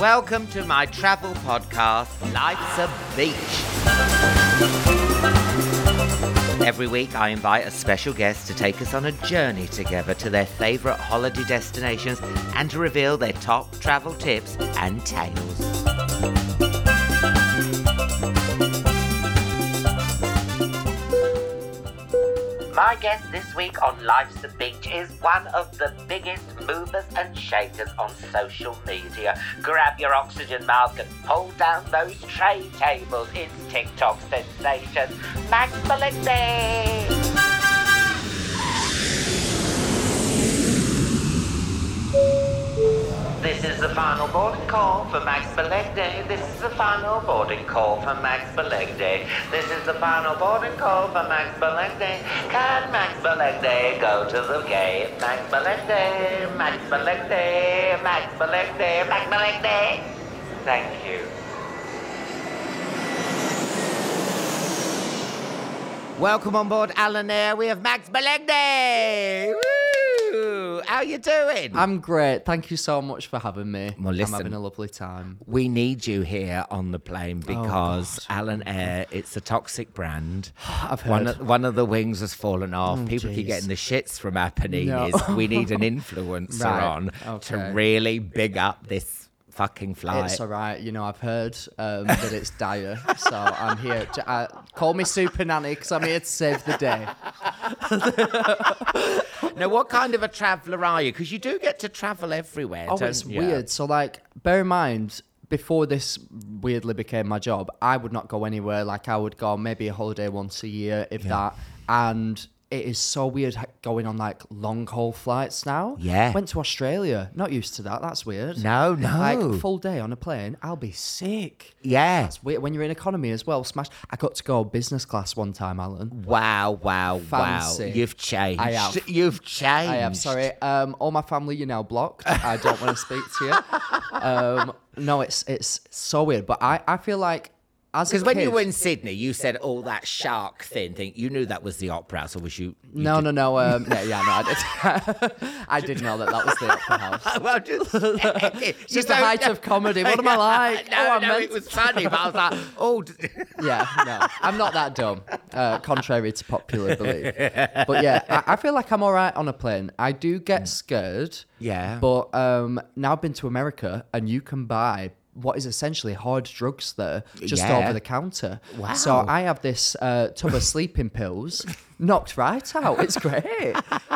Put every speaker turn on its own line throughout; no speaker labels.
Welcome to my travel podcast, Life's a Beach. Every week, I invite a special guest to take us on a journey together to their favourite holiday destinations and to reveal their top travel tips and tales. My guest this week on Life's a Beach is one of the biggest movers and shakers on social media. Grab your oxygen mask and pull down those tray tables. It's TikTok sensation. Max Melendez. This is the final boarding call for Max Belegde. This is the final boarding call for Max Belegde. This is the final boarding call for Max Belegde. Can Max Belegde go to the gate? Max Belegde, Max Belegde, Max Belegde, Max Belegde. Thank you. Welcome on board, Alan Air. We have Max Belegde. Woo! How you doing?
I'm great. Thank you so much for having me.
Well, listen.
I'm having a lovely time.
we need you here on the plane
Oh,
because Alan Air, it's a toxic brand.
I've
One
heard. Oh,
of, one of the wings has fallen off. People keep
jeez.
getting the shits from our paninis.
No.
we need an influencer
Right,
on to
okay.
really big up this fucking flight.
It's all right. You know, I've heard um, that it's dire, so I'm here. To, uh, call me Super Nanny because I'm here to save the day.
now, what kind of a traveller are you? Because you do get to travel everywhere.
Oh,
don't
it's
you?
weird. So, like, bear in mind, before this weirdly became my job, I would not go anywhere. Like, I would go maybe a holiday once a year, if that. And it is so weird ha- going on like long haul flights now.
Yeah.
Went to Australia. Not used to that. That's weird.
No, no.
Like, full day on a plane, I'll be sick.
Yeah.
It's weird when you're in economy as well. Smash. I got to go business class one time, Alan.
Wow, wow,
Fancy.
wow. You've changed.
I have.
You've changed.
I am sorry. Um, all my family, you're now blocked. I don't want to speak to you. Um, no, it's it's so weird. But I, I feel like as a
Because when you
kid-
were in Sydney, you said all that shark thing thing. You knew that was the opera, so was you? you
no, no, no. Um, yeah, yeah, no. I did. I did know that that was the opera house.
well, just,
It's just the height of comedy. What am I like?
No,
oh, I
no,
meant
it was funny, but I was like, oh, d-
yeah, no, I'm not that dumb, uh, contrary to popular belief. But yeah, I, I feel like I'm all right on a plane. I do get scared.
Mm. Yeah.
But um, now I've been to America, and you can buy what is essentially hard drugs there just
Yeah.
over the counter. Wow. So I have this uh, tub of sleeping pills. Knocked right out. It's great.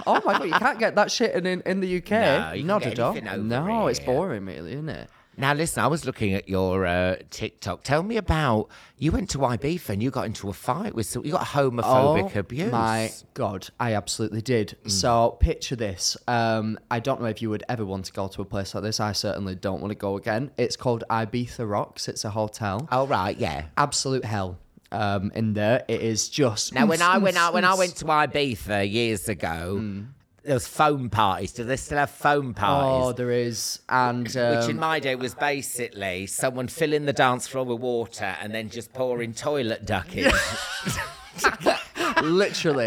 oh my god, you can't get that shit in in, in the UK.
No, you
Not
can't
at
get
all.
anything over
No, it's
here.
boring, really, isn't it?
Now, listen, I was looking at your uh, TikTok. Tell me about you went to Ibiza and you got into a fight with some, you got homophobic
Oh,
abuse.
My God, I absolutely did. So picture this. Um, I don't know if you would ever want to go to a place like this. I certainly don't want to go again. It's called Ibiza Rocks. It's a hotel.
Oh right, yeah.
Absolute hell. Um, in there, it is just.
Now, when I when I when I went to Ibiza years ago,
Hmm.
there was foam parties. Do they still have foam parties?
Oh, there is, and um,
Which in my day was basically someone filling the dance floor with water and then just pouring toilet duck in.
literally,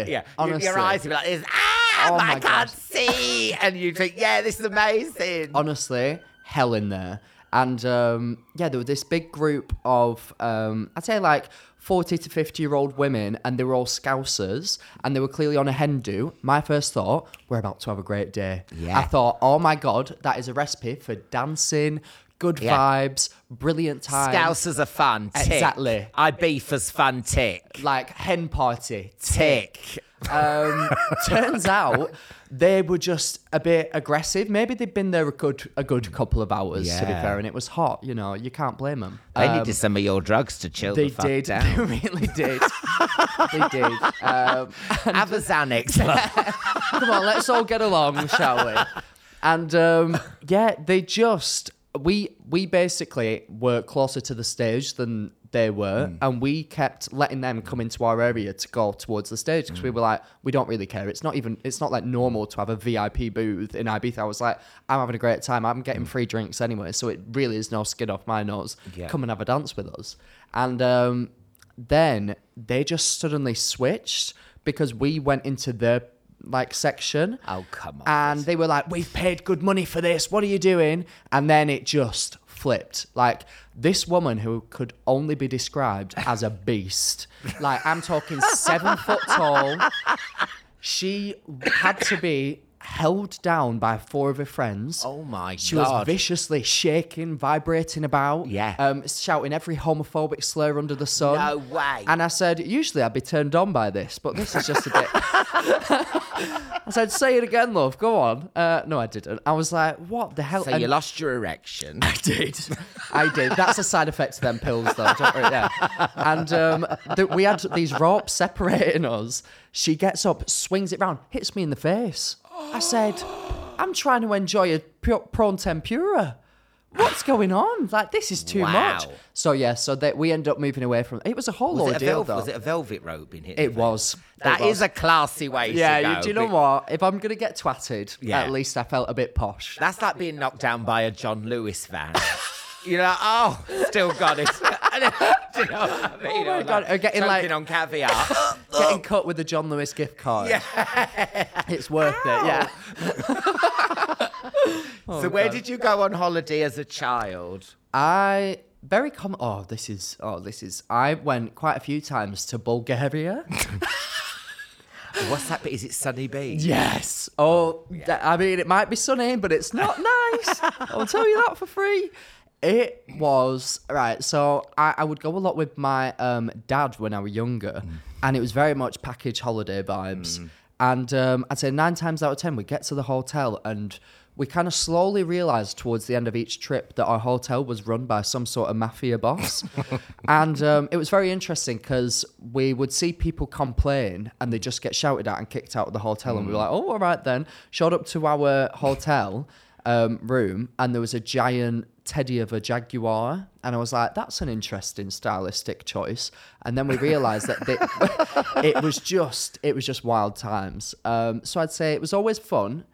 yeah. Your-
honestly,
Your eyes would be like this. Ah,
Oh
I
my
can't
God.
see. And you think, yeah, this is amazing.
honestly, hell in there. And um, yeah, there was this big group of, um, I'd say like 40 to 50 year old women, and they were all scousers, and they were clearly on a hen do. My first thought, we're about to have a great day.
Yeah.
I thought, oh my God, that is a recipe for dancing, good
Yeah.
vibes, brilliant time.
Scousers are fun. Tick.
Exactly.
Ibiza's fun. Tick.
Like hen party,
Tick.
Um, turns out they were just a bit aggressive. Maybe they'd been there a good a good couple of hours to be
Yeah.
fair, and it was hot. You know, you can't blame them.
They needed some of your drugs to chill
Um, they
the fuck
did.
down.
They really did. they did. Um,
Have a Xanax. love.
come on, let's all get along, shall we? And um, yeah, they just we we basically were closer to the stage than they were,
Hmm.
and we kept letting them come into our area to go towards the stage because
Hmm.
we were like, we don't really care. It's not even it's not like normal to have a VIP booth in Ibiza. I was like, I'm having a great time. I'm getting free drinks anyway, so it really is no skin off my nose.
Hmm. Yeah.
Come and have a dance with us, and um, then they just suddenly switched because we went into their like section
Oh, come on.
and they were like, "We've paid good money for this. What are you doing?" And then it just flipped. Like this woman who could only be described as a beast. Like I'm talking seven foot tall. She had to be held down by four of her friends.
Oh my
She was
God.
viciously shaking, vibrating about.
Yeah.
Um, shouting every homophobic slur under the sun.
No way.
And I said, usually I'd be turned on by this, but this is just a bit. I said, say it again, love. Go on. Uh, no, I didn't. I was like, what the hell?
so
And
you lost your erection.
I did. I did. That's a side effect to them pills, though. Don't worry. Yeah. And um, th- we had these ropes separating us. She gets up, swings it round, hits me in the face. I said, I'm trying to enjoy a pu- prawn tempura. What's going on? Like, this is too much.
Wow.
So, yeah, so that we end up moving away from it. was a whole
Was it, a
ordeal,
velvet,
though.
was it a velvet robe in here?
It was.
That
It was.
is a classy way
Yeah,
to go.
you, do you know
be-
what? If I'm gonna get twatted,
Yeah.
at least I felt a bit posh.
That's like being knocked down by a John Lewis van. you know, oh, still got it. do you know what I mean?
Oh my
Or
God, or getting, like- Oh,
choking on caviar.
Getting cut with the John Lewis gift card. Yeah. it's worth it. Yeah.
so where did you go on holiday as a child?
I very com. Oh, this is. Oh, this is. I went quite a few times to Bulgaria.
What's that? bit? Is it Sunny Beach?
yes. Oh, th- I mean, it might be sunny, but it's not nice. I'll tell you that for free. It was right. So I, I would go a lot with my um, dad when I was younger, and it was very much package holiday vibes. And um, I'd say nine times out of ten, we get to the hotel and we kind of slowly realized towards the end of each trip that our hotel was run by some sort of mafia boss. and um, it was very interesting because we would see people complain and they just get shouted at and kicked out of the hotel. And we were like, oh, all right then. Showed up to our hotel um, room and there was a giant teddy of a jaguar and i was like that's an interesting stylistic choice and then we realized that they, it was just it was just wild times um, so i'd say it was always fun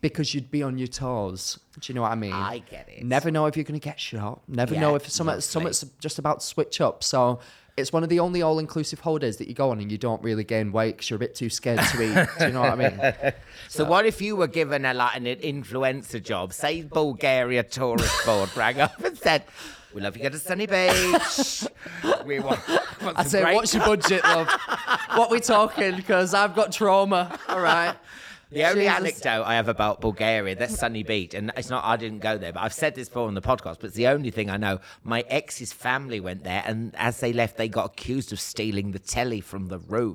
because you'd be on your toes do you know what i mean
I get it.
never know if you're going to get shot never
Yeah,
know if some
lovely.
something's just about to switch up so it's one of the only all-inclusive holidays that you go on and you don't really gain weight because you're a bit too scared to eat do you know what i mean
So what if you were given a like an influencer job? Say Bulgaria tourist board rang up and said, "We love you. Go to Sunny Beach. we want." want
I
some
say,
great
what's your budget, love? what we talking? Because I've got trauma. All right.
The only
Jesus.
anecdote I have about Bulgaria, that's Sunny Beach, and it's not I didn't go there, but I've said this before on the podcast, but it's the only thing I know. My ex's family went there, and as they left, they got accused of stealing the telly from the room.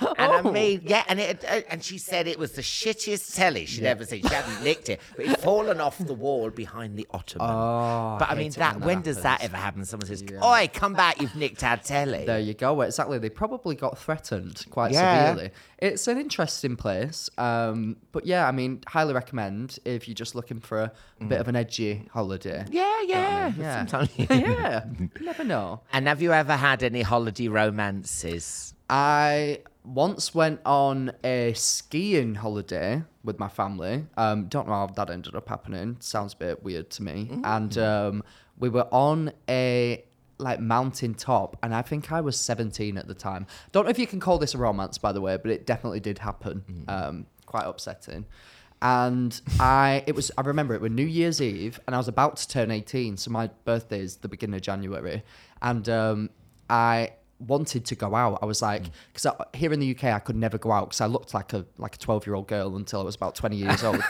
And
Oh.
I mean, yeah, and it, uh, and she said it was the shittiest telly she'd ever seen. She hadn't licked it, but it'd fallen off the wall behind the ottoman.
Oh,
but I
hate
mean,
it
that
when
when,
that
does that ever happen? Someone says, "Oi, come back! You've nicked our telly."
There you go. Exactly. They probably got threatened quite
Yeah.
severely. It's an interesting place. Um, but yeah, I mean, highly recommend if you're just looking for a
Mm.
bit of an edgy holiday.
yeah, yeah,
Yeah.
Sometimes.
Yeah. you never know.
And have you ever had any holiday romances?
I once went on a skiing holiday with my family. Um, don't know how that ended up happening. Sounds a bit weird to me. And um, we were on a like mountain top, and I think I was 17 at the time. Don't know if you can call this a romance, by the way, but it definitely did happen. Um, quite upsetting. And I, it was, I remember it was New Year's Eve, and I was about to turn 18, so my birthday is the beginning of January, and um, I wanted to go out. I was like, because here in the UK, I could never go out because I looked like a like a twelve year old girl until I was about twenty years old.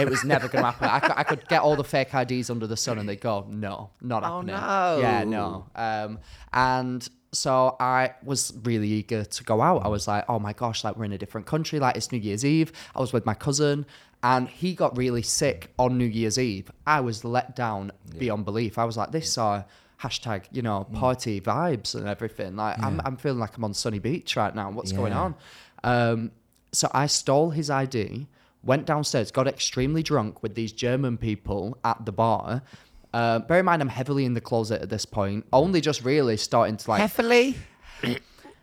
it was never going to happen. I could, I could get all the fake IDs under the sun, and they go, no, not happening. Yeah, no. Um, and so I was really eager to go out. I was like, oh my gosh, like we're in a different country. Like it's New Year's Eve. I was with my cousin. And he got really sick on New Year's Eve. I was let down beyond belief. I was like, this are hashtag you know party vibes and everything like I'm, I'm feeling like i'm on sunny beach right now what's going on um so i stole his id went downstairs, got extremely drunk with these German people at the bar. Uh, bear in mind, I'm heavily in the closet at this point. Only just really starting to like.
Heffley?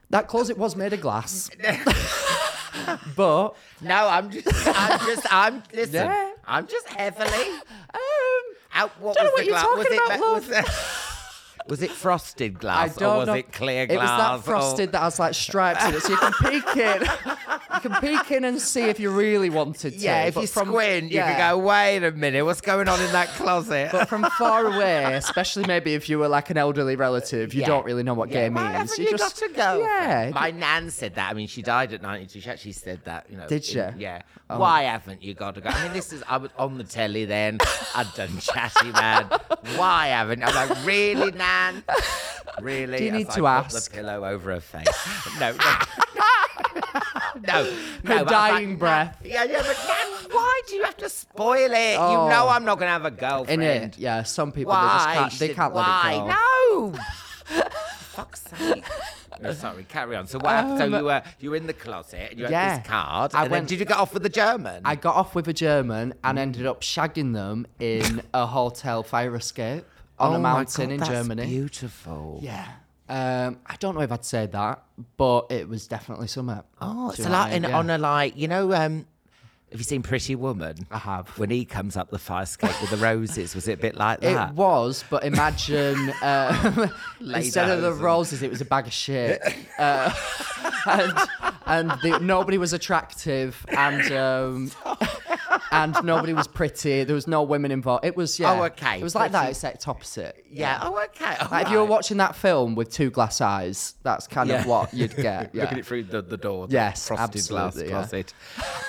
that closet was made of glass. but um,
No, I'm just, I'm just, I'm, listen,
Yeah.
I'm just heavily.
um,
Out, what
Don't know
was
what
the
you're
glass?
talking
was, it,
about,
ma-
love.
was it- was it frosted glass or was it clear glass? Oh,
It
or-
was that frosted that has like stripes in it, so you can peek in. you can peek in and see if you really wanted to.
yeah, if
but
you squint, you
yeah.
can go, wait a minute, what's going on in that closet?
But from far away, especially maybe if you were like an elderly relative, you
Yeah.
don't really know what
Yeah,
gay
why
means.
haven't you
just
got to go?
Yeah.
My nan said that. I mean, she died at 92. She actually said that, you know.
Did
in-
she? Oh.
yeah. Why haven't you got to go? I mean, this is, I was on the telly then. I'd done Chatty Man. Why haven't? I'm like, really, nan? Really?
Do you
As
need
I
to
put
ask?
the pillow over her face. No, no. No, no,
Her
but I was
dying
like,
breath.
Yeah, yeah, but Nan, why do you have to spoil it?
Oh.
You know I'm not going to have a girlfriend.
In it, yeah. Some people they just
Why?
can't. They
should-
can't
why?
let it go.
No. Fuck's sake. No, sorry, carry on. So what? happened- so you were you were in the closet and you
Um, yeah.
had this card.
I
and then
went-
did you get off with the German?
I got off with a German and
Mm.
ended up shagging them in a hotel fire escape on
Oh
a
my
mountain
God,
in
that's
Germany.
Beautiful.
Yeah. Um, I don't know if I'd say that, but it was definitely something.
Oh, it's
Do you
a
know what
lot
I mean?
in
Yeah.
on a like you know. um Have you seen Pretty Woman?
I have.
When he comes up the fire escape with the roses, was it a bit like
It
that?
was, but imagine um, instead of the
Lederhosen.
roses, it was a bag of shit, uh, and, and the, nobody was attractive, and um, and nobody was pretty. There was no women involved. It was yeah.
Oh, okay,
It was like that,
pretty-
except opposite.
yeah. Oh, okay. all
Like if you were
right.
watching that film with two glass eyes, that's kind
Yeah.
of what you'd get. Yeah.
Looking it through the, the door. The
Yes,
frosted glass
absolutely, yeah.
closet.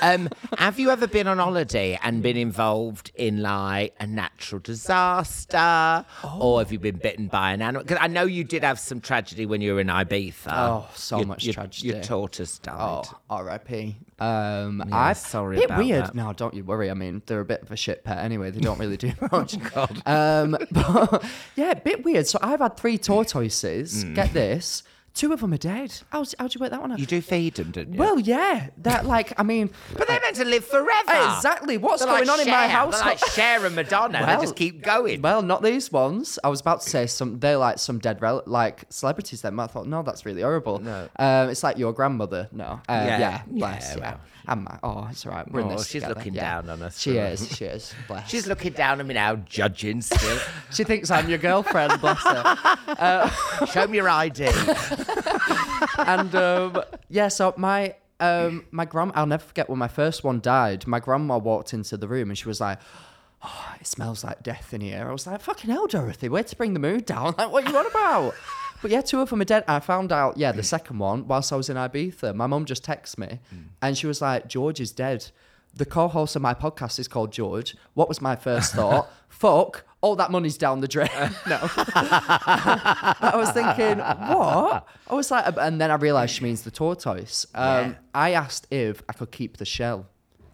Um, have you ever been on holiday and been involved in like a natural disaster, or have you been bitten by an animal? Because I know you did have some tragedy when you were in Ibiza.
Oh, so
Your-
much
your-
tragedy.
Your tortoise died.
Oh, R.I.P. Um, I've
sorry
bit
about
weird.
that.
No, don't you worry. I mean, they're a bit of a shit pet anyway. They don't really do much.
Oh,
Um, but yeah, a bit weird. So I've had three tortoises. Get this, two of them are dead. How's, how'd you work that one out?
Hmm. You do feed them, didn't you?
Well, yeah, that like I mean,
but they're meant to live forever.
exactly what's
Ah. They're
going
like
on in my
Cher.
house.
They're like Cher and Madonna.
Well-
they just keep going.
Well, not these ones. I was about to say some. They're like some dead rel- like celebrities. Then but I thought, no, that's really horrible. No, um, it's like your grandmother. No, uh, yeah,
Yeah.
bless.
Yeah,
Yeah,
well.
I'm like, oh, it's all right. We're in
Oh,
this
she's
together.
looking
Yeah.
down on us
She
for a
is. She is. Bless.
She's looking down at me now, judging still.
she thinks I'm your girlfriend. bless her.
Show me your ID.
and um, yeah, so my um, my grandma, I'll never forget when my first one died. My grandma walked into the room and she was like, oh, "It smells like death in here." I was like, "Fucking hell, Dorothy, way to bring the mood down! Like, what you on about?" But yeah, two of them are dead. I found out, yeah, the second one whilst I was in Ibiza. My mum just texted me
Hmm.
and she was like, "George is dead." The co-host of my podcast is called George. What was my first thought? Fuck. All that money's down the drain. No. I was thinking, what? I was like, and then I realised she means the tortoise. Um,
Yeah.
I asked if I could keep the shell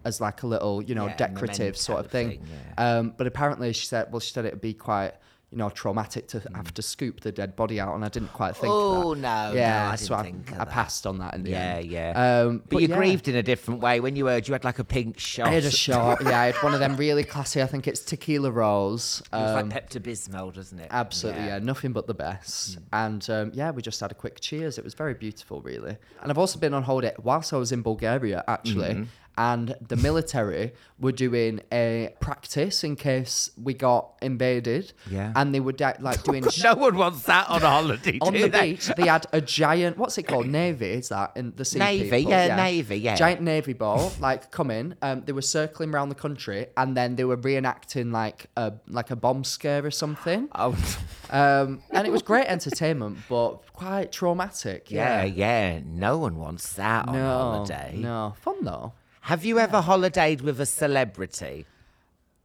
as like a little, you know,
Yeah,
decorative sort of
memento
thing.
thing,
um, but apparently she said, well, she said it'd be quite, you know, traumatic to have to scoop the dead body out, and I didn't quite think.
Hmm. Oh,
of
no,
that.
no,
yeah,
I
so
didn't think of
I
that.
passed on that in the
Yeah,
end.
yeah.
Um,
but, you
yeah.
grieved in a different way. When you heard, you had like a pink shot.
I had a
It
shot. Yeah, I had one of them really classy. I think it's tequila rolls.
was
Um,
like Pepto Bismol, doesn't it?
Absolutely, yeah. Nothing but the
Mm.
best. And um, yeah, we just had a quick cheers. It was very beautiful, really. And I've also been on holiday whilst I was in Bulgaria, actually.
Mm-hmm.
And the military were doing a practice in case we got invaded.
Yeah.
And they were da- like doing
No one wants that on a holiday,
on
do
the
they?
beach, they had a giant. What's it called? Navy is that in the sea?
Navy,
people?
yeah, navy, yeah.
Giant navy ball, like coming. Um, they were circling around the country, and then they were reenacting like a like a bomb scare or something.
Oh,
Um, and it was great entertainment, but quite traumatic.
yeah, yeah. No one wants that on a
No,
holiday.
no, fun though.
Have you ever holidayed with a celebrity?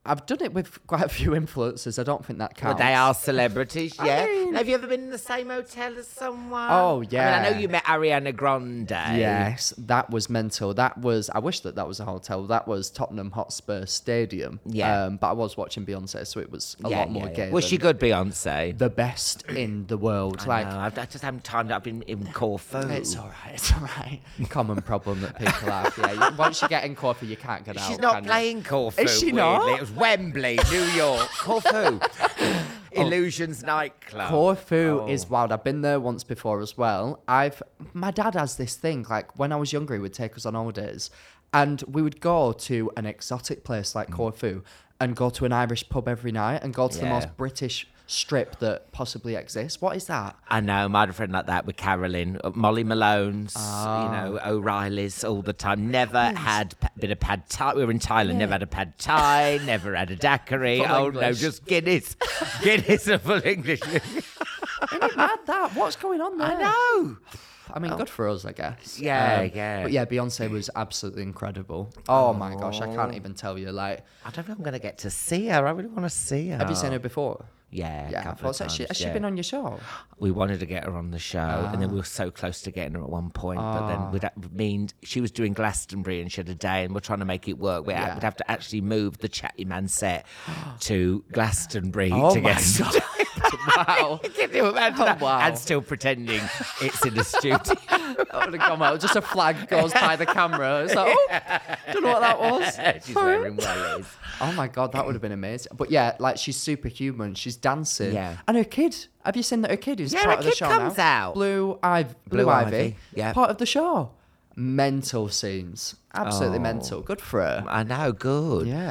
I've done it with quite a few influencers. I don't think that
But
counts.
they are celebrities, yeah.
mean-
Have you ever been in the same hotel as someone?
Oh,
I, mean, I
yeah.
know you met Ariana Grande.
Yes, that was mental. That was. I wish that that was a hotel. That was Tottenham Hotspur Stadium.
Yeah.
Um, but I was watching Beyonce, so it was a
yeah,
lot more
yeah,
gay.
yeah. Was she
than
good, Beyonce?
The best in the world.
Like,
like.
no, I've, I just haven't timed up in, in Corfu.
It's all right. It's all right. Common problem that people have. Yeah. you- Once you get in coffee, you can't get out.
She's not
can you?
playing Corfu.
Is she
weirdly.
not?
It was Wembley, New York, Corfu, Oh. Illusions nightclub.
Corfu is wild. I've been there once before as well. I've my dad has this thing like when I was younger, he would take us on holidays, and we would go to an exotic place
Mm.
like Corfu and go to an Irish pub every night and go to the
Yeah.
most British strip that possibly exists. What is that?
I know, my other friend like that with Carolyn, uh, Molly Malone's, you
Ah.
know, O'Reilly's all the time. Never had a bit of pad thai. We were in Thailand, never had a pad thai, never had a daiquiri.
Full
oh no,
English.
just Guinness. Guinness and full English.
Mad that? What's going on there?
I know.
Ah. I mean, good for us, I guess.
Oh.
Um,
Yeah, yeah.
But yeah, Beyonce was absolutely incredible. Oh, my gosh, I can't even tell you. Like,
I don't know if I'm going to get to see her. I really want to see her.
have you seen her before?
Yeah, a
Yeah, I
couple
thought
of
so.
times.
She, has
yeah.
she been on your show?
we wanted to get her on the show, and then we were so close to getting her at one point. But
Ah.
then we'd have, mean she was doing Glastonbury and she had a day, and we're trying to make it work. We would have to actually move the Chatty Man set to Glastonbury
Oh
to
my
get.
God. wow.
Can you imagine
Oh,
that?
wow.
And still pretending it's in the studio.
That would have come out. Just a flag goes by the camera. It's like, oh, don't know what that was.
She's
Sorry.
wearing wellies.
Oh my god, that would have been amazing. But yeah, like she's superhuman. She's dancing.
Yeah.
And her kid. Have you seen that her kid is
Yeah,
part
her
of the
kid
show
comes
now?
out.
Blue Ivy. Blue,
Blue
Ivy.
Ivy, yeah.
Part of the show. Mental scenes. Absolutely mental. Good for her.
I know, good.
Yeah.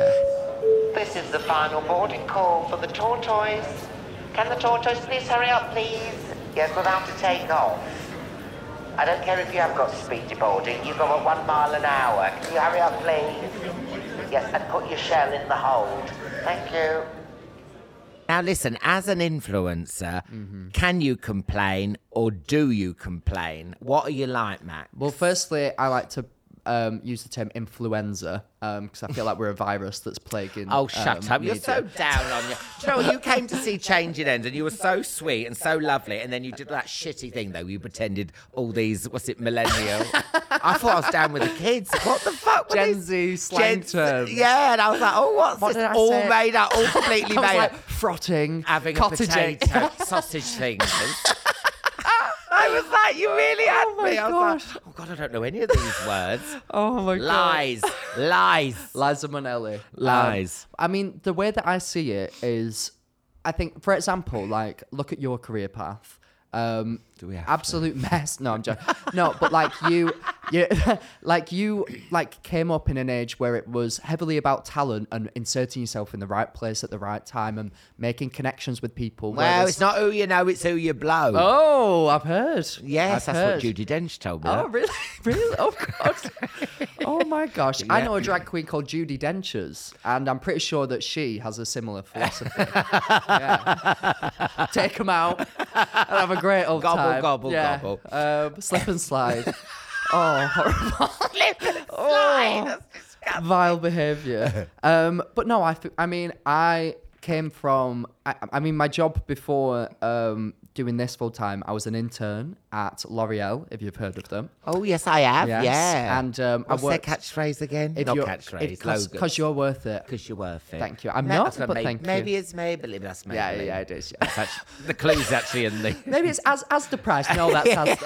This is the final boarding call for the tortoise. Can the tortoise please hurry up, please? Yes, we're about to take off. I don't care if you have got speedy boarding. You go at one mile an hour. Can you hurry up, please? Yes, and put your shell in the hold. Thank you.
Now, listen, as an influencer,
Mm-hmm.
can you complain or do you complain? What are you like, Matt?
Well, firstly, I like to um, use the term influenza because I feel like we're a virus that's plaguing.
Oh, shut
um,
up. You're
media.
so down on you. Do you know what? You came to see Changing Ends and you were so sweet and so lovely. And then you did that shitty thing, though. You pretended all these, what's it, millennial? I thought I was down with the kids. What the fuck were
Gen
these-
Z slang
Gen Z-
terms.
Yeah, and I was like, oh, what's
What
this?
did I
all
say?
made up, all completely
I was
made
like
up.
frotting,
Having
cottage
a
egg.
potato, sausage things. I was like, you really had
Oh my
me. I was
gosh.
like, oh, God, I don't know any of these words.
Oh my
lies, lies.
Liza Minnelli. Um,
Lies.
I mean, the way that I see it is, I think, for example, like look at your career path. Um, Do
we have to?
absolute mess? No, I'm joking. No, but like you, you, like you, like came up in an age where it was heavily about talent and inserting yourself in the right place at the right time and making connections with people.
Well,
whereas-
it's not who you know, it's who you blow.
Oh, I've heard.
Yes,
I've
that's
heard.
what Judy Dench told me.
Oh,
that.
really? Really? Oh, God. oh, my gosh. I
Yeah.
know a drag queen called Judy Denchers, and I'm pretty sure that she has a similar philosophy. yeah. Take them out and have a great old
Gobble,
time.
gobble,
Yeah.
gobble.
Um, slip and slide. oh, horrible. Oh. Vile behavior. Um, but no, I, th- I mean, I came from, I, I mean, my job before um, doing this full time, I was an intern at L'Oreal, if you've heard of them.
Oh, yes, I have.
Yes,
Yeah.
and, um, I
what's their
worked-
catchphrase again?
If
Not
you're-
catchphrase.
if- cause,
logo.
cause you're worth it.
'Cause you're worth it.
Thank you. I'm
Ma-
not,
that's
but
maybe,
thank you.
Maybe it's Maybelline. That's Maybelline.
Yeah, yeah, yeah, it is. Yeah.
That's actually- the clue's actually in the.
Maybe it's as as the price. No, that's as.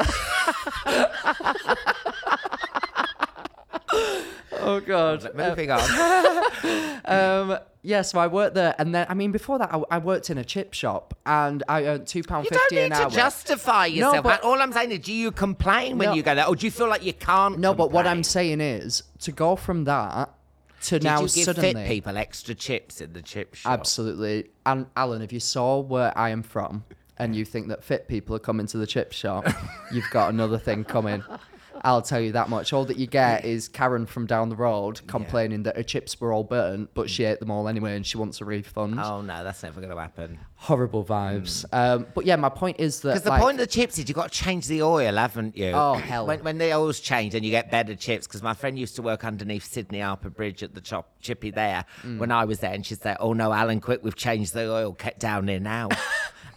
oh God.
Moving on.
Um. Yeah. So I worked there, and then I mean, before that, I, I worked in a chip shop, and I earned two pound
You don't
fifty
need
an
to
hour.
justify yourself.
but-
man. All I'm saying is, do you complain when
No.
you go there, or do you feel like you can't?
no, but what I'm
complain?
saying is to go from that to
Did
now
you give
suddenly.
fit people extra chips in the chip shop?
Absolutely. And Alan, if you saw where I am from and you think that fit people are coming to the chip shop, you've got another thing coming. I'll tell you that much. All that you get is Karen from down the road complaining that her chips were all burnt, but she ate them all anyway and she wants a refund.
Oh no, that's never going to happen.
Horrible vibes. Um, but yeah, my point is that.
Because the
like,
point of the chips is you've got to change the oil, haven't you?
Oh, hell.
When, when the oil's changed and you get better chips, because my friend used to work underneath Sydney Harbour Bridge at the chop chippy there
Mm.
when I was there, and she'd say, "Oh no, Alan, quick, we've changed the oil Get down there now."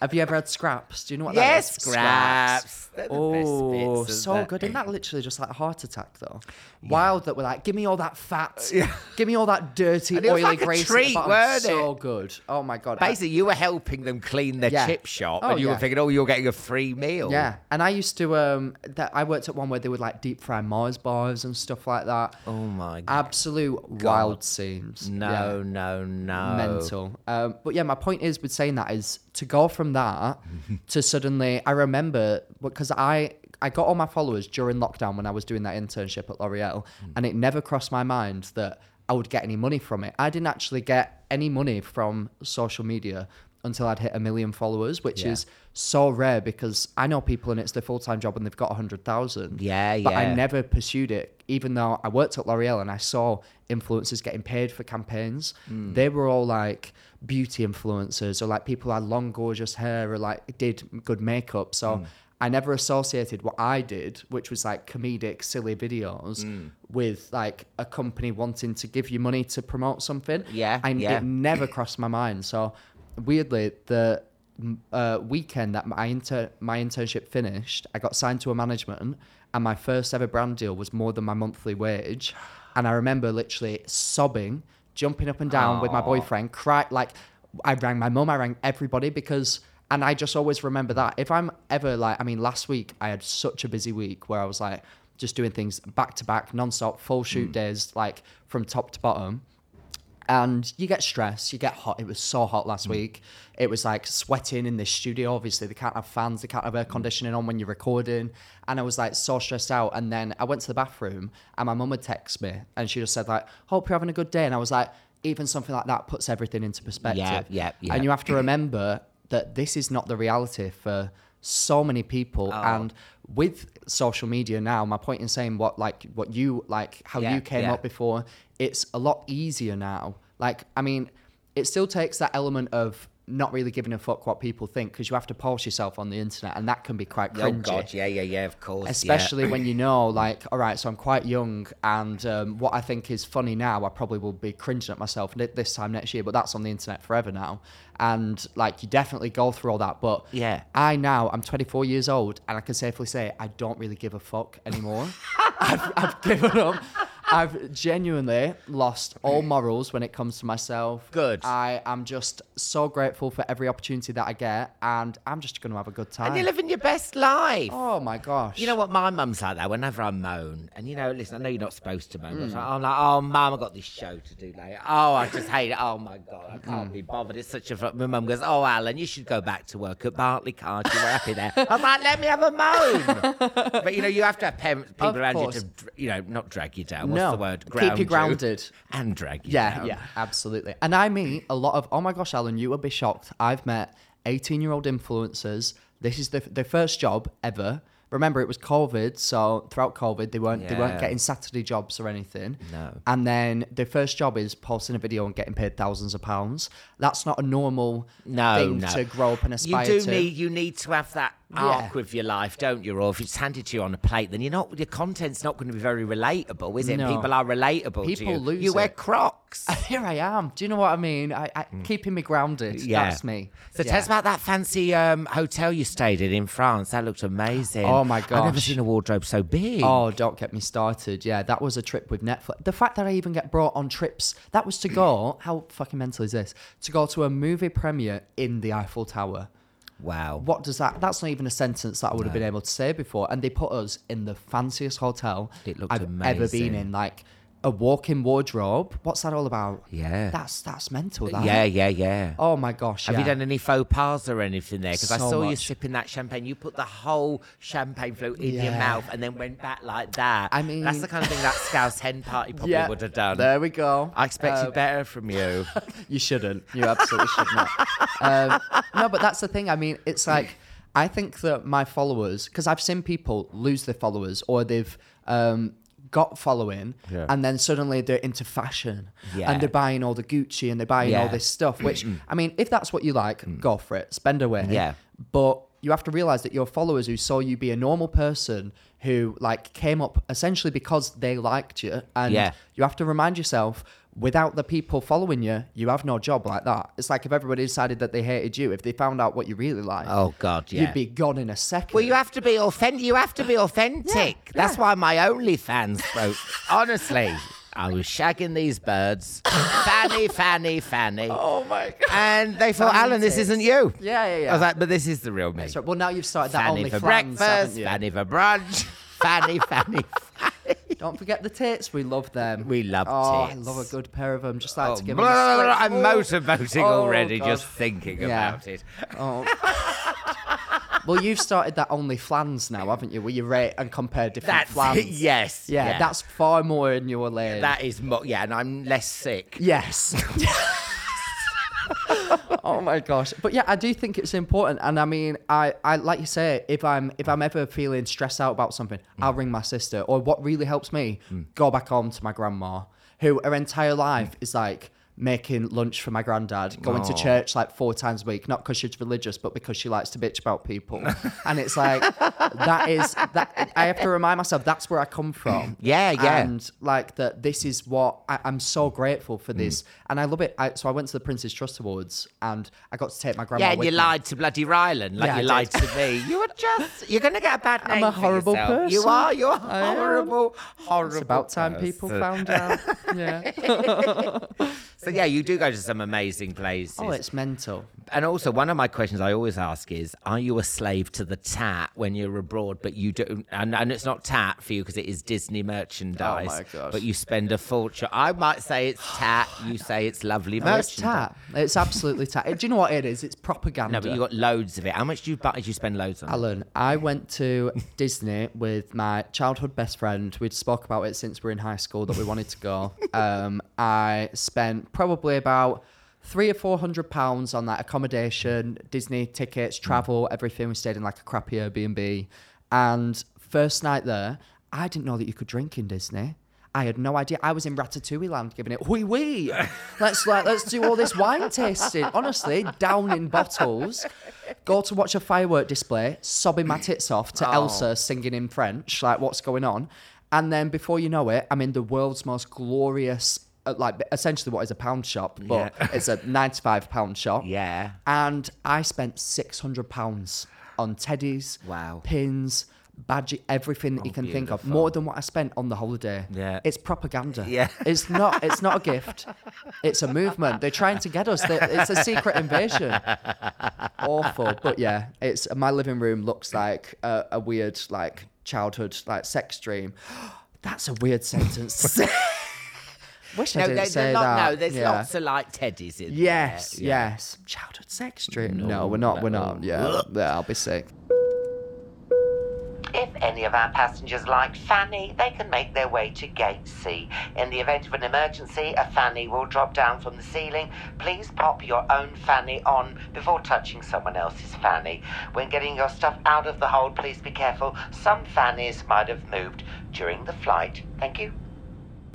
Have you ever had scraps? Do you know what
yes,
that is?
scraps. They're the best
Oh,
bits,
so
isn't it?
good. Isn't that literally just like a heart attack, though? Wild that we're like, give me all that fat. Give me all that dirty,
And it was
oily
like a
grease. at the
treat,
bottom."
weren't
so good. Oh, my God. I-
Basically, you were helping them clean their
Yeah.
chip shop,
Oh,
and you
yeah.
were thinking, "Oh, you're getting a free meal."
Yeah, and I used to um that I worked at one where they would like deep fry Mars bars and stuff like that.
Oh my
Ah,
god.
Absolute wild scenes.
No, no,
Yeah,
no.
mental. Um, but yeah, my point is with saying that is to go from that to suddenly I remember because I I got all my followers during lockdown when I was doing that internship at L'Oreal,
Hmm.
and it never crossed my mind that I would get any money from it. I didn't actually get any money from social media until I'd hit a million followers, which
Yeah.
is so rare because I know people and it's their full time job and they've got 100,000.
Yeah,
But I
yeah.
never pursued it, even though I worked at L'Oreal and I saw influencers getting paid for campaigns.
Hmm.
They were all like beauty influencers or like people had long, gorgeous hair or like did good makeup.
Hmm.
So I never associated what I did, which was like comedic, silly videos,
Hmm.
with like a company wanting to give you money to promote something.
Yeah,
I,
yeah.
It never crossed my mind. So weirdly, the m- uh, weekend that my inter- my internship finished, I got signed to a management, and my first ever brand deal was more than my monthly wage. And I remember literally sobbing, jumping up and down with my boyfriend, cry like I rang my mum, I rang everybody because. And I just always remember that. If I'm ever like, I mean, last week I had such a busy week where I was like just doing things back to back, non-stop, full shoot days, like from top to bottom and you get stressed, you get hot. It was so hot last
Mm.
week. It was like sweating in the studio. Obviously, they can't have fans, they can't have air
Mm.
conditioning on when you're recording. And I was like so stressed out. And then I went to the bathroom, and my mum had texted me, and she just said like, "Hope you're having a good day." And I was like, even something like that puts everything into perspective.
yeah, yeah.
And you have to remember that this is not the reality for so many people.
Oh.
And with social media now, my point in saying what like what you like how
Yeah,
you came
yeah.
up before, it's a lot easier now. Like, I mean, it still takes that element of not really giving a fuck what people think because you have to pulse yourself on the internet, and that can be quite
Oh
cringy.
god, yeah, yeah, yeah. Of course, yeah.
Especially when you know, like, all right, so I'm quite young, and um, what I think is funny now, I probably will be cringing at myself ni- this time next year, but that's on the internet forever now. And, like, you definitely go through all that. But
Yeah.
I now, I'm 24 years old, and I can safely say I don't really give a fuck anymore. I've, I've given up. I've genuinely lost all morals when it comes to myself.
Good.
I am just so grateful for every opportunity that I get, and I'm just going to have a good time.
And you're living your best life.
oh my gosh.
You know what? My mum's like that. Whenever I moan, and you know, listen, I know you're not supposed to moan. But it's
Hmm.
like, I'm like, oh, mum, I've got this show to do later. Oh, I just hate it. Oh, my God, I
Hmm.
can't be bothered. It's such a. fu-" My mum goes, oh, Alan, you should go back to work at Bartley Card. You were happy there. I'm like, let me have a moan. but, you know, you have to have parents, people
Of
around
course.
you to, dr- you know, not drag you down. What's
No,
the word?
keep you grounded.
And drag you
Yeah,
down.
yeah, absolutely. And I meet a lot of, oh my gosh, Alan, you would be shocked. I've met 18 year old influencers. This is the, their first job ever. Remember, it was COVID, so throughout COVID, they weren't they weren't
Yeah.
getting Saturday jobs or anything.
No.
And then their first job is posting a video and getting paid thousands of pounds. That's not a normal
No,
thing
no.
to grow up and aspire
you do
to.
need you need to have that arc
Yeah.
with your life, don't you? Or if it's handed to you on a plate, then you're not your content's not going to be very relatable, is it?
No.
People are relatable. to
People
you.
lose
You wear
it.
Crocs.
Here I am. Do you know what I mean? I, I keeping me grounded. That's me.
Mm. So
Yeah.
tell us about that fancy um, hotel you stayed in in France. That looked amazing.
Oh my
I've never
gosh.
seen a wardrobe so big.
Oh, don't get me started. Yeah, that was a trip with Netflix. The fact that I even get brought on trips, that was to go, how fucking mental is this? To go to a movie premiere in the Eiffel Tower.
wow.
What does that, that's not even a sentence that I would have been able to say before. And they put us in the fanciest hotel
It looked
I've ever been
amazing.
in. Like a walk in wardrobe. What's that all about?
Yeah.
That's, that's mental. That.
Yeah, yeah, yeah.
Oh my gosh.
Have you
yeah.
done any faux pas or anything there? Because I
So
saw you
much.
sipping that champagne. You put the whole champagne flute in your
Yeah.
mouth and then went back like that.
I
that's
mean-
the kind of thing that Scouse Hen Party probably
Yeah,
would have done.
There we go.
I expected
Um,
better from you.
You shouldn't. You absolutely should not. Um, no, but that's the thing. I mean, it's like I think that my followers, because I've seen people lose their followers or they've um, got following
Yeah.
and then suddenly they're into fashion
Yeah.
and they're buying all the Gucci and they're buying all
Yeah. Mm.
this stuff, which, I mean, if that's what you like, go for it, spend away.
Yeah.
But you have to realize that your followers who saw you be a normal person who like came up essentially because they liked you and
Yeah.
you have to remind yourself without the people following you, you have no job like that. It's like if everybody decided that they hated you, if they found out what you really like,
Oh, God, yeah.
you'd be gone in a second.
Well, you have to be authentic. You have to be authentic. That's why my OnlyFans broke. Honestly, I was shagging these birds, fanny, fanny, fanny,
oh my god.
and they thought, "Alan, this isn't you."
Yeah, yeah, yeah.
I was like, "But this is the real me."
So, well, now you've started that
fanny
only
for
fans,
breakfast,
haven't you?
fanny for brunch, fanny, fanny.
Don't forget the tits. We love them.
We love
oh,
tits.
I love a good pair of them. Just like
Oh,
to give
blah,
them
blah,
a
blah,
stretch.
I'm
Oh.
motivating
Oh,
already
God.
just thinking
Yeah.
about it.
Oh. Well, you've started that only flans now, haven't you? Where you rate and compare different
That's
flans.
yes.
Yeah, that's far more in your lane.
that is mo- yeah, and I'm less sick.
Yes. oh my gosh. But yeah, I do think it's important. And I mean, I, I like you say, if I'm if I'm ever feeling stressed out about something,
Mm.
I'll ring my sister. Or what really helps me, go back home to my grandma, who her entire life
Mm.
is like making lunch for my granddad, going to church like four times a week, not because she's religious, but because she likes to bitch about people. and it's like that is that I have to remind myself that's where I come from.
Yeah, yeah.
And like that this is what I, I'm so grateful for this and I love it I, so I went to the Prince's Trust Awards and I got to take my grandma
Yeah, and
with
you
me.
lied to bloody Ryland, like
Yeah, I
you
did.
lied to me. You were just, you're going to get a bad name
a
for
horrible
yourself. You
person.
are, you're a
I am.
horrible, horrible.
it's about time people
person.
found out yeah
So yeah, you do go to some amazing places.
oh it's mental
and also, one of my questions I always ask is, are you a slave to the tat when you're abroad? But you don't, and, and it's not tat for you because it is Disney merchandise.
Oh gosh.
But you spend a fortune. I might say it's tat. You say it's lovely
no, it's
merchandise.
tat it's absolutely tat do you know what it is it's propaganda
No, but you got loads of it. How much do you buy? Do you spend loads on? it?
Alan, I went to Disney with my childhood best friend. We'd spoke about it since we were in high school that we wanted to go. Um, I spent probably about three or four hundred pounds on that accommodation, Disney tickets, travel, everything. We stayed in like a crappy Airbnb, and first night there, I didn't know that you could drink in Disney. I had no idea. I was in Ratatouille land giving it wee wee. Let's like let's do all this wine tasting. Honestly, down in bottles. Go to watch a firework display, sobbing my tits off
Oh.
to Elsa singing in French. Like what's going on? And then before you know it, I'm in the world's most glorious, uh, like essentially what is a pound shop, but
Yeah.
it's a ninety-five pound shop.
Yeah.
And I spent six hundred pounds on teddies,
Wow. Oh,
pins, badge, everything that you can think of. More than what I spent on the holiday.
Yeah.
It's propaganda.
Yeah.
It's not it's not a gift. It's a movement. They're trying to get us. They- it's a secret invasion. Awful. But yeah, it's my living room looks like a, a weird like childhood like sex dream. That's a weird sentence. to say. Wish I
No,
didn't
there-
say
there's lot-
that.
no, there's
Yeah.
lots of like teddies in
Yes,
there. Yeah.
yes. Childhood sex dream. No, we're not. We're not. Yeah, yeah. I'll be sick.
If any of our passengers like Fanny, they can make their way to Gate C. In the event of an emergency, a Fanny will drop down from the ceiling. Please pop your own Fanny on before touching someone else's Fanny. When getting your stuff out of the hold, please be careful. Some Fannies might have moved during the flight. Thank you.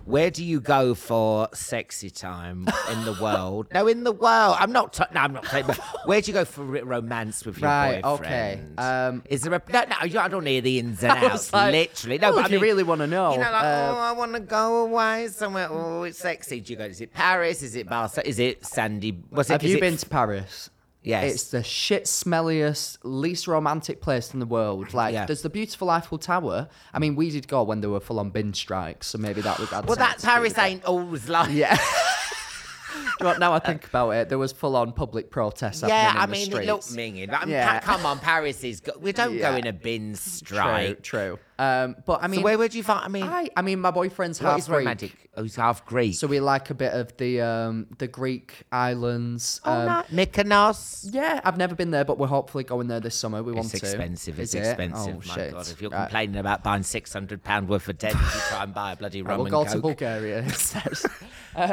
Where do you go for sexy time in the world? no, in the world. I'm not. T- no, I'm not saying. But where do you go for r- romance with your
Right, okay.
boyfriend?
Um,
Is there a no? No, you- I don't hear the ins and
I was
outs.
like,
literally, no.
well,
but
if
I
you
mean,
really wanna know,
you know, like,
uh,
oh, I want to go away somewhere. Oh, it's sexy. Do you go? Is it Paris? Is it Barcelona? Is it Sandy? Was it?
Have
oh. is
you
it
been to Paris?
Yes.
It's the shit smelliest, least romantic place in the world. Like,
Yeah.
there's the beautiful Eiffel Tower. I mean, we did go when there were full on bin strikes, so maybe that was.
well, that Paris ain't always like.
Yeah. well, now I think about it, there was full on public protests.
Yeah,
happening
I
in the
mean,
streets.
it looked minging. But I mean,
Yeah.
pa- come on, Paris is. Go- we don't go
Yeah.
in a bin strike.
True, true. Um, but I mean,
So where would you find? I mean,
I, I mean, my boyfriend's
what
half
is
Greek.
romantic? Oh, he's half Greek.
So we like a bit of the um, the Greek islands.
oh,
um,
no. Mykonos.
Yeah, I've never been there, but we're hopefully going there this summer. We want
It's
to.
expensive. It's
Is it?
expensive.
Oh
my
shit!
God, if you're
Right.
complaining about buying six hundred pound worth of dead, you try and buy a bloody
Right,
rum
we'll go to
and coke.
Bulgaria.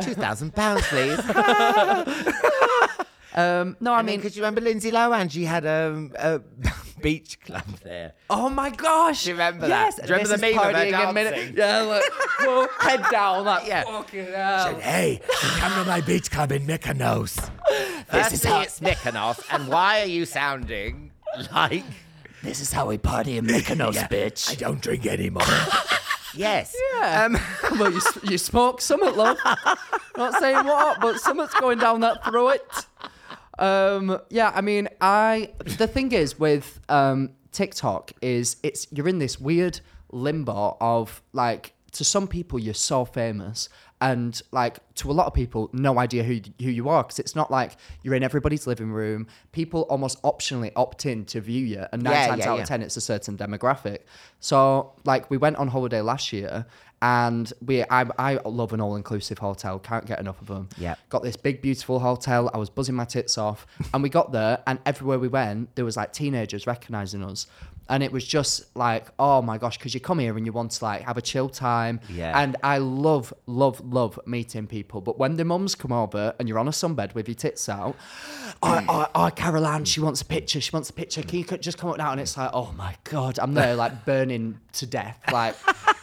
Two thousand pounds, please.
no, I
I mean,
mean,
because you remember Lindsay Lohan? She had um, a beach club there.
Oh my gosh!
Do you remember
yes.
that? Do you remember
this
the
is
meme of her
partying in minute-
dancing?
Yeah, like, well, head down, like,
Yeah.
fucking hell.
Hey, come to my beach club in Mykonos. This is how it's Mykonos, and why are you sounding like
This is how we party in Mykonos, bitch.
don't drink anymore? yes.
Yeah. Um, well, you, s- you smoke summit, love. Not saying what, but summit's going down that throat. Um, yeah, I mean, I. The thing is with um, TikTok is it's you're in this weird limbo of like to some people you're so famous and like to a lot of people no idea who who you are because it's not like you're in everybody's living room people almost optionally opt in to view you and nine
Yeah,
times
yeah,
out
yeah.
of ten it's a certain demographic so like we went on holiday last year and we I, I love an all-inclusive hotel can't get enough of them
Yeah.
got this big beautiful hotel i was buzzing my tits off and we got there and everywhere we went there was like teenagers recognizing us and it was just like oh my gosh because you come here and you want to like have a chill time
Yeah.
and I love, love, love meeting people. But when the mums come over and you're on a sunbed with your tits out, oh, oh, oh, Caroline, she wants a picture. She wants a picture. Can you co- just come up now? And it's like, oh my God, I'm there like burning to death. Like,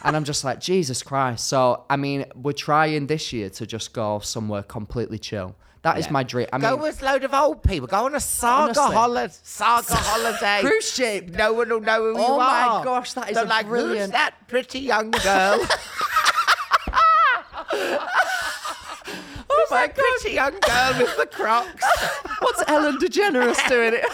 and I'm just like, Jesus Christ. So, I mean, we're trying this year to just go somewhere completely chill. That is my dream. I
Go
mean,
with a load of old people. Go on a saga
Honestly.
holiday. Saga holiday.
Cruise ship.
No one will know who you
Oh my
are.
gosh, that is
They're
a
like, Who's
brilliant-
that pretty young girl? oh my that pretty young girl with the Crocs.
what's Ellen DeGeneres doing it?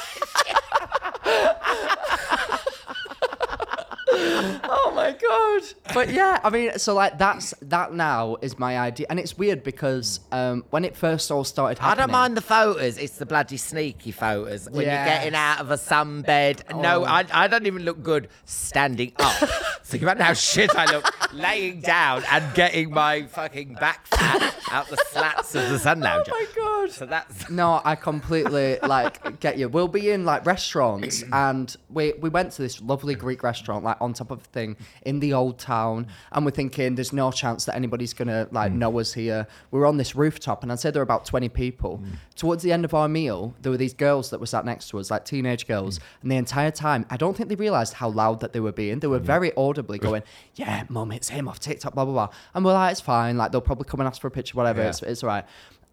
oh my god but yeah i mean so like that's that now is my idea and it's weird because um when it first all started
I
happening
don't mind the photos. It's the bloody sneaky photos when you're
Yes. Oh.
getting out of a sunbed. No, I, I don't even look good standing up. Think about how shit I look laying down and getting my fucking back fat out the slats of the sun lounger.
oh my god
So that's
no, I completely like get you. We'll be in like restaurants, and we we went to this lovely Greek restaurant, like on top of a thing in the old town, and we're thinking there's no chance that anybody's gonna like know us here. We We're on this rooftop, and I'd say there were about twenty people. Towards the end of our meal, there were these girls that were sat next to us, like teenage girls, and the entire time, I don't think they realised how loud that they were being. They were very audibly going, "Yeah, mum, it's him off TikTok, blah blah blah," and we're like, "It's fine. Like they'll probably come and ask for a picture, whatever.
Yeah.
It's it's all right."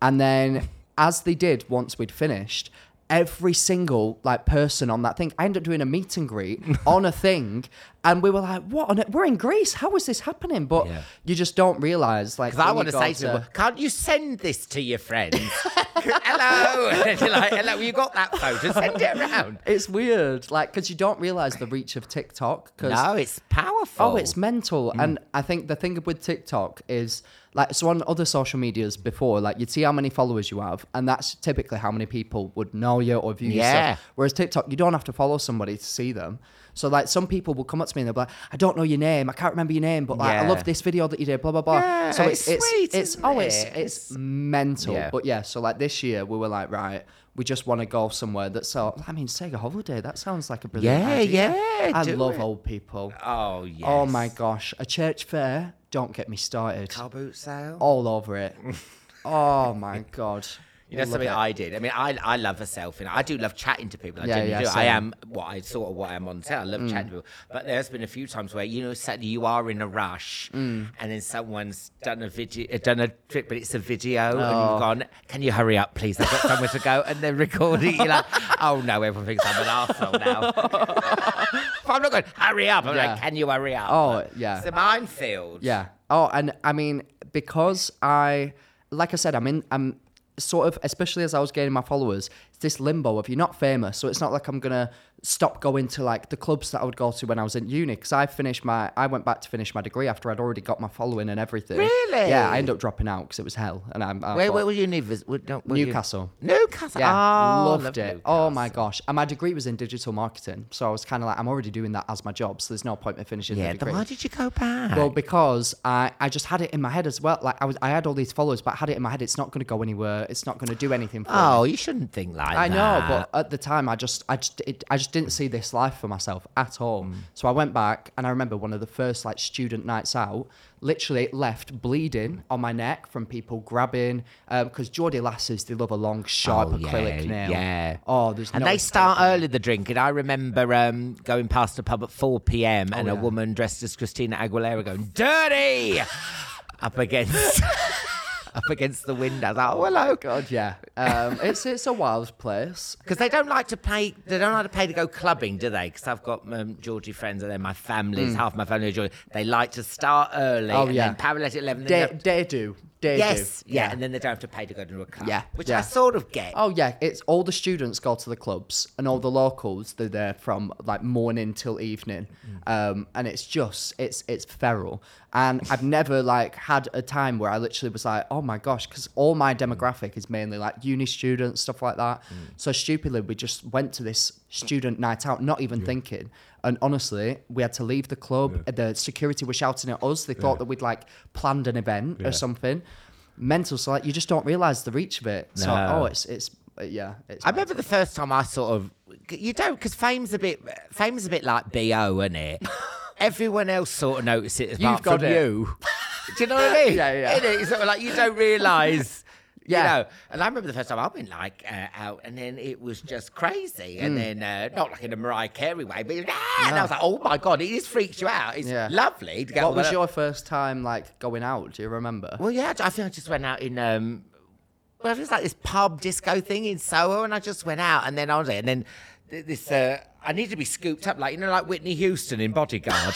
And then, as they did once we'd finished, every single like person on that thing, I ended up doing a meet and greet on a thing, and we were like, "What? On it? We're in Greece. How is this happening?" But
Yeah.
you just don't realize, like,
Because I
when you
want to
go
say to them, can't you send this to your friends? hello. And you're like, hello, you got that photo. Send it around.
It's weird, like, because you don't realize the reach of TikTok. 'cause-
No, it's powerful. Mm.
Oh, it's mental. And I think the thing with TikTok is like so on other social medias before, like you'd see how many followers you have, and that's typically how many people would know you or view
Yeah.
you. Whereas TikTok, you don't have to follow somebody to see them. So like some people will come up to me and they'll be like, I don't know your name, I can't remember your name, but like I
Yeah.
love this video that you did, blah blah blah.
Yeah,
so
it's sweet,
it's,
isn't
oh it's
it?
it's mental.
Yeah.
But yeah, so like this year we were like, right, we just want to go somewhere that's so I mean, Sega Holiday, that sounds like a brilliant
Yeah,
idea.
yeah,
I
do
love
it.
old people.
Oh, yes.
Oh my gosh, a church fair? Don't get me started.
Car boot sale.
All over it. oh my god.
You know
Love
something
it.
I did. I mean, I I love a selfie. I do love chatting to people. I
Yeah,
yeah,
yeah,
do. I
same. Mm.
am what I sort of what I'm on set. I love chatting to people. But there's been a few times where you know suddenly you are in a rush,
Mm.
and then someone's done a video, done a trip, but it's a video,
Oh.
and you've gone, "Can you hurry up, please? I've got somewhere to go," and they're recording. You're like, "Oh no, everyone thinks I'm an arsehole now." But I'm not going. Hurry up! I'm
Yeah.
like, "Can you hurry up?"
Oh, yeah.
It's a minefield.
Yeah. Oh, and I mean, because I, like I said, I'm in, I'm sort of, especially as I was gaining my followers, it's this limbo of you're not famous. So it's not like I'm going to stop going to like the clubs that I would go to when I was in uni. Cause I finished my, I went back to finish my degree after I'd already got my following and everything.
Really?
Yeah. I ended up dropping out cause it was hell. And I'm, I
Where,
thought-
where were you? Nevis, where- don't- were you-
Newcastle.
Newcastle.
Yeah,
Oh,
loved
love
it. Oh my gosh. And my degree was in digital marketing. So I was kind of like, I'm already doing that as my job. So there's no point in finishing
Yeah,
the
then
degree.
why did you go back?
well, because I, I just had it in my head as well. Like I was I had all these followers, but I had it in my head it's not going to go anywhere. It's not going to do anything for me.
oh, you shouldn't think like like
I
that.
know, but at the time, I just, I just, it, I just didn't see this life for myself at all.
Mm.
So I went back, and I remember one of the first like student nights out. Literally left bleeding on my neck from people grabbing, because Geordie lasses they love a long, sharp
Oh,
acrylic nail.
Yeah.
Oh, there's
and
no
they
escape
start
from it.
early the drinking. I remember um, going past a pub at 4 p.m.
Oh,
and a woman dressed as Christina Aguilera going dirty up against up against the window. I was like, oh, hello.
God, yeah. Um, it's it's a wild place.
Because they don't like to pay. They don't like to pay to go clubbing, do they? Because I've got um, Georgie friends, and then my family's half my family are Georgie. They like to start early.
Hmm. Oh,
and
yeah.
Then parallel at eleven.
They,
Then they
they do. They
yes.
do.
Yeah. And then they don't have to pay to go to a club.
Yeah,
Which
yeah.
I sort of get.
Oh yeah, it's all the students go to the clubs and all the locals. They're there from like morning till evening, um, and it's just it's it's feral. And I've never like had a time where I literally was like, oh my gosh, because all my demographic is mainly like uni students, stuff like that. So stupidly, we just went to this student night out, not even thinking. And honestly, we had to leave the club. The security were shouting at us. They thought that we'd like planned an event or something. Mental, so like you just don't realize the reach of it. So
No.
oh, it's it's uh, yeah. It's
I remember the first time I sort of you don't because fame's a bit fame's a bit like bo, isn't it? Everyone else sort of notices it apart
got
from
it.
you. Do you know what I mean?
Yeah, yeah.
Innit? It's sort of like you don't realise.
Yeah.
You know, and I remember the first time I went like uh, out, and then it was just crazy. And then uh, not like in a Mariah Carey way, but ah! and I was like, oh my god, it just freaks you out. It's
Yeah.
lovely to go.
what was your first time like going out? Do you remember?
Well, yeah, I think I just went out in um, well, it was like this pub disco thing in Soho, and I just went out, and then I was there, and then th- this uh, I need to be scooped up, like you know, like Whitney Houston in Bodyguard.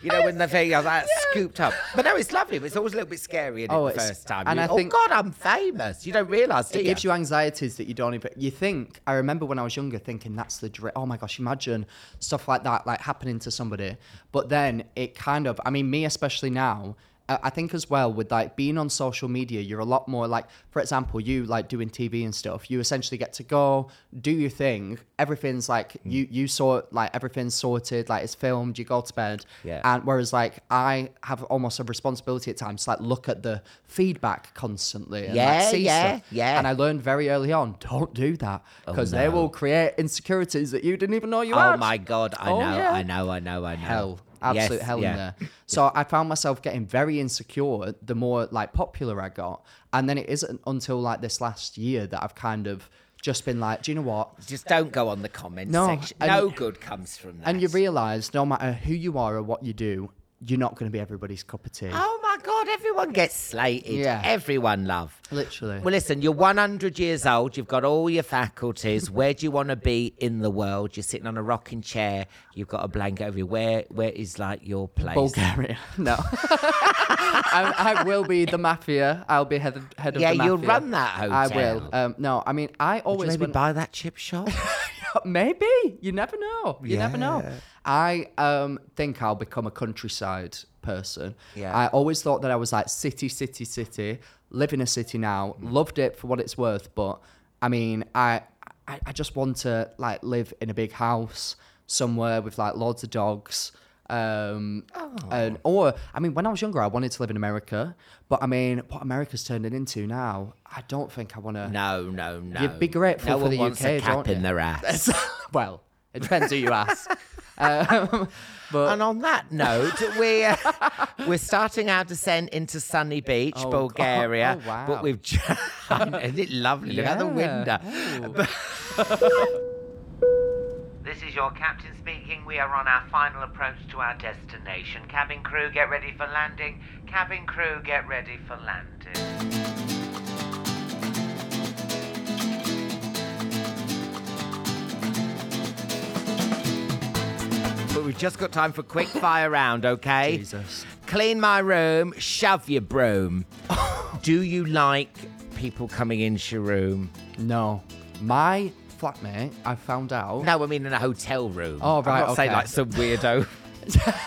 You know, when the thing, I was like, scooped up. But no, it's lovely, but it's always a little bit scary in
Oh,
it the
it's-
first time.
and
You-
I
oh,
think-
God, I'm famous. You don't realise, do
It
you?
gives you anxieties that you don't even. You think. I remember when I was younger thinking that's the dream. Oh my gosh, imagine stuff like that like happening to somebody. But then it kind of. I mean, me especially now. I I think as well with like being on social media, you're a lot more like, for example, you like doing TV and stuff. You essentially get to go do your thing. Everything's like you you sort like everything's sorted. Like it's filmed. You go to bed.
Yeah.
And whereas like I have almost a responsibility at times to like look at the feedback constantly. and, like,
Yeah,
see
yeah,
stuff.
yeah.
And I learned very early on, don't do that because they will create insecurities that you didn't even know you had.
oh, my God, I
Oh,
know,
yeah.
I know, I know, I know.
Hell, absolute
Yes,
hell
yeah.
in there. So I found myself getting very insecure the more like popular I got, and then it isn't until like this last year that I've kind of just been like, do you know what?
Just don't go on the comments
No,
section.
and-
no good comes from that.
And you realise no matter who you are or what you do, you're not going to be everybody's cup of tea.
Oh my God, everyone gets slated.
Yeah.
Everyone, love.
Literally.
Well, listen, you're 100 years old. You've got all your faculties. Where do you want to be in the world? You're sitting on a rocking chair. You've got a blanket over you. Where, where is like your place?
Bulgaria. No. I, I will be the mafia. I'll be head, head of
Yeah,
the mafia.
you'll run that
I will.
hotel.
Um, no, I mean, I
Would you
always
maybe
went-
buy that chip shop?
maybe. You never know. You never know. I um, think I'll become a countryside person.
Yeah.
I always thought that I was like city, city, city. Live in a city now.
Mm-hmm.
Loved it for what it's worth, but I mean, I, I I just want to like live in a big house somewhere with like loads of dogs. Um,
Oh.
and or I mean, when I was younger, I wanted to live in America, but I mean, what America's turned it into now, I don't think I want to.
no, no, no.
You'd be grateful
no
for
one
the
wants a
UK,
cap
don't
in
you?
their ass.
well, it depends who you ask. Um,
and on that note, we're we're starting our descent into sunny beach,
Oh,
Bulgaria.
oh, wow.
But we've just, isn't it lovely? Look out the window.
This is your captain speaking. We are on our final approach to our destination. Cabin crew, get ready for landing. Cabin crew, get ready for landing.
But we've just got time for a quick fire round, okay?
Jesus.
Clean my room, shove your broom. Do you like people coming into your room?
No, my flatmate, I found out.
No, I mean in a hotel room.
Oh, right,
I'm not saying
okay.
like some weirdo.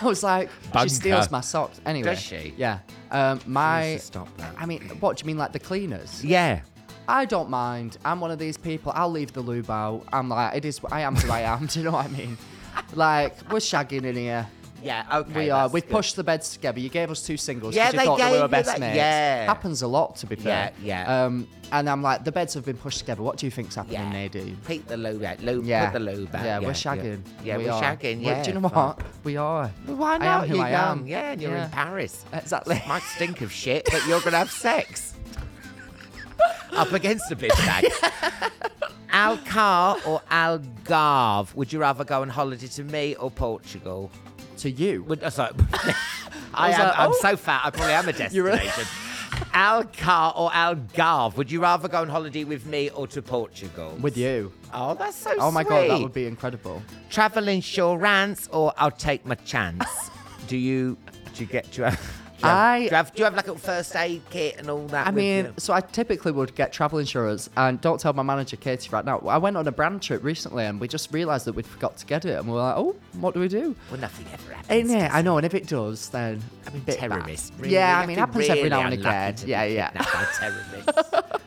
I was like,
Bunker.
she steals my socks. Anyway,
Does she?
Yeah. Um, my.
needs to stop that.
I mean, what do you mean, like the cleaners?
yeah.
I don't mind. I'm one of these people. I'll leave the lube out. I'm like, it is. I am who I am. do you know what I mean? Like, we're shagging in here.
Yeah, okay.
we are.
that's
We
good.
pushed the beds together. You gave us two singles
Yeah,
because
they
you thought they
gave
were
you
best
that-
mates.
yeah.
happens a lot to be fair.
Yeah, yeah.
Um, and I'm like, the beds have been pushed together. What do you think's happening,
Yeah.
Nadine?
Peek the low back. Low,
Yeah,
Put the low back.
Yeah, we're
yeah.
shagging.
Yeah,
We
we're
are.
shagging.
We're-
Yeah.
do you know
fine.
what? We are.
Well, Why not?
I am who
you're
I
young.
am.
Yeah, and you're
Yeah.
in Paris.
Exactly.
Might stink of shit, but you're going to have sex. Up against a big bag. Alcar or Algarve? Would you rather go on holiday to me or Portugal?
To you.
Would, oh, sorry. I
was
am,
like,
I'm
oh.
so fat, I probably am a
You're a-
destination. Alcar or Algarve? Would you rather go on holiday with me or to Portugal?
With you.
Oh, that's so
Oh my god, that
sweet.
would be incredible.
travel insurance or I'll take my chance. do you do you get do you have, do you have,
I-
do you have, do you have like a first aid kit and all that?
I
with
mean,
you?
so I typically would get travel insurance, and don't tell my manager Katie right now. I went on a brand trip recently, and we just realised that we'd forgot to get it, and we were like, "Oh, what do we do?"
well, nothing ever happens.
In it,
does
I know, and if it does, then
I mean,
bit bad.
terrorists. Really,
yeah,
you
I
have
mean,
to
it happens
really
every now and
unlucky
again.
to be
Yeah, yeah,
kidnapped by terrorists.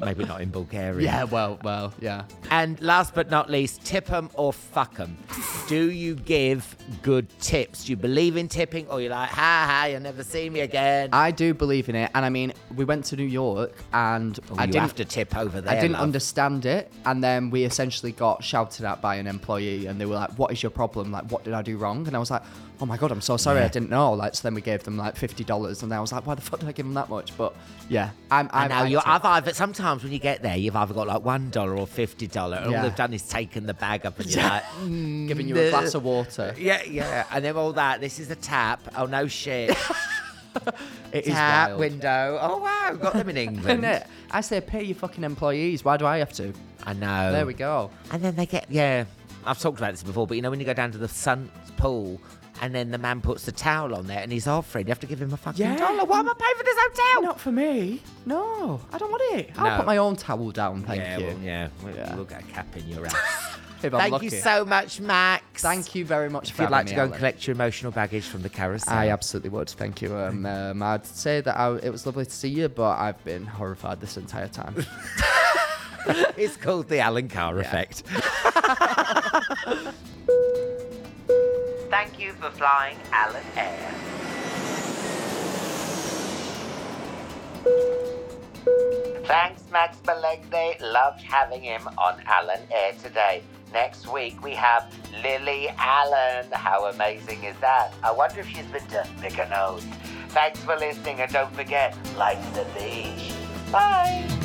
Maybe not in Bulgaria.
yeah. Well, well, yeah.
And last but not least, tip 'em or fuck 'em. Do you give good tips? Do you believe in tipping, or you're like, ha ha, you'll never see me again?
I do believe in it, and I mean, we went to New York, and
Oh,
I
you
didn't.
have to tip over there.
I didn't
love.
understand it, and then we essentially got shouted at by an employee, and they were like, "What is your problem? Like, what did I do wrong?" And I was like, "Oh my god, I'm so sorry, I didn't know." Like, so then we gave them like fifty dollars, and I was like, "Why the fuck did I give them that much?" But yeah, I'm.
I
I'm
know you're
active.
I've either sometimes when you get there you've either got like one dollar or fifty dollar and
Yeah.
all they've done is taken the bag up and you're like
giving you a
"Mm,
glass
uh,
of water.
Yeah, yeah. And then all that, this is the tap. Oh no shit.
It is
tap
wild.
window. Oh wow, got them in England.
Isn't it? uh, I say, pay your fucking employees. Why do I have to?
I know.
There we go.
And then they get yeah. I've talked about this before, but you know when you go down to the sun pool and then the man puts the towel on there and he's offering, you have to give him a fucking
Yeah.
dollar. Why am I paying for this hotel?
Not for me. No, I don't want it.
No.
I'll put my own towel down, thank
yeah,
you.
Well, yeah, we'll,
Yeah.
we'll get a cap in your ass.
If I'm
Thank
lucky.
you so much, Max.
Thank you very much
If
for
you'd like
having
to
me,
go and
Alan.
collect your emotional baggage from the carousel.
I absolutely would. Thank you. Um, um, I'd say that I, it was lovely to see you, but I've been horrified this entire time.
It's called the Alan Carr effect.
Thank you for flying Alan Air. Thanks, Max Belegde. Loved having him on Alan Air today. Next week we have Lily Allen. How amazing is that? I wonder if she's been to Mykonos. Thanks for listening and don't forget, like the beach. Bye.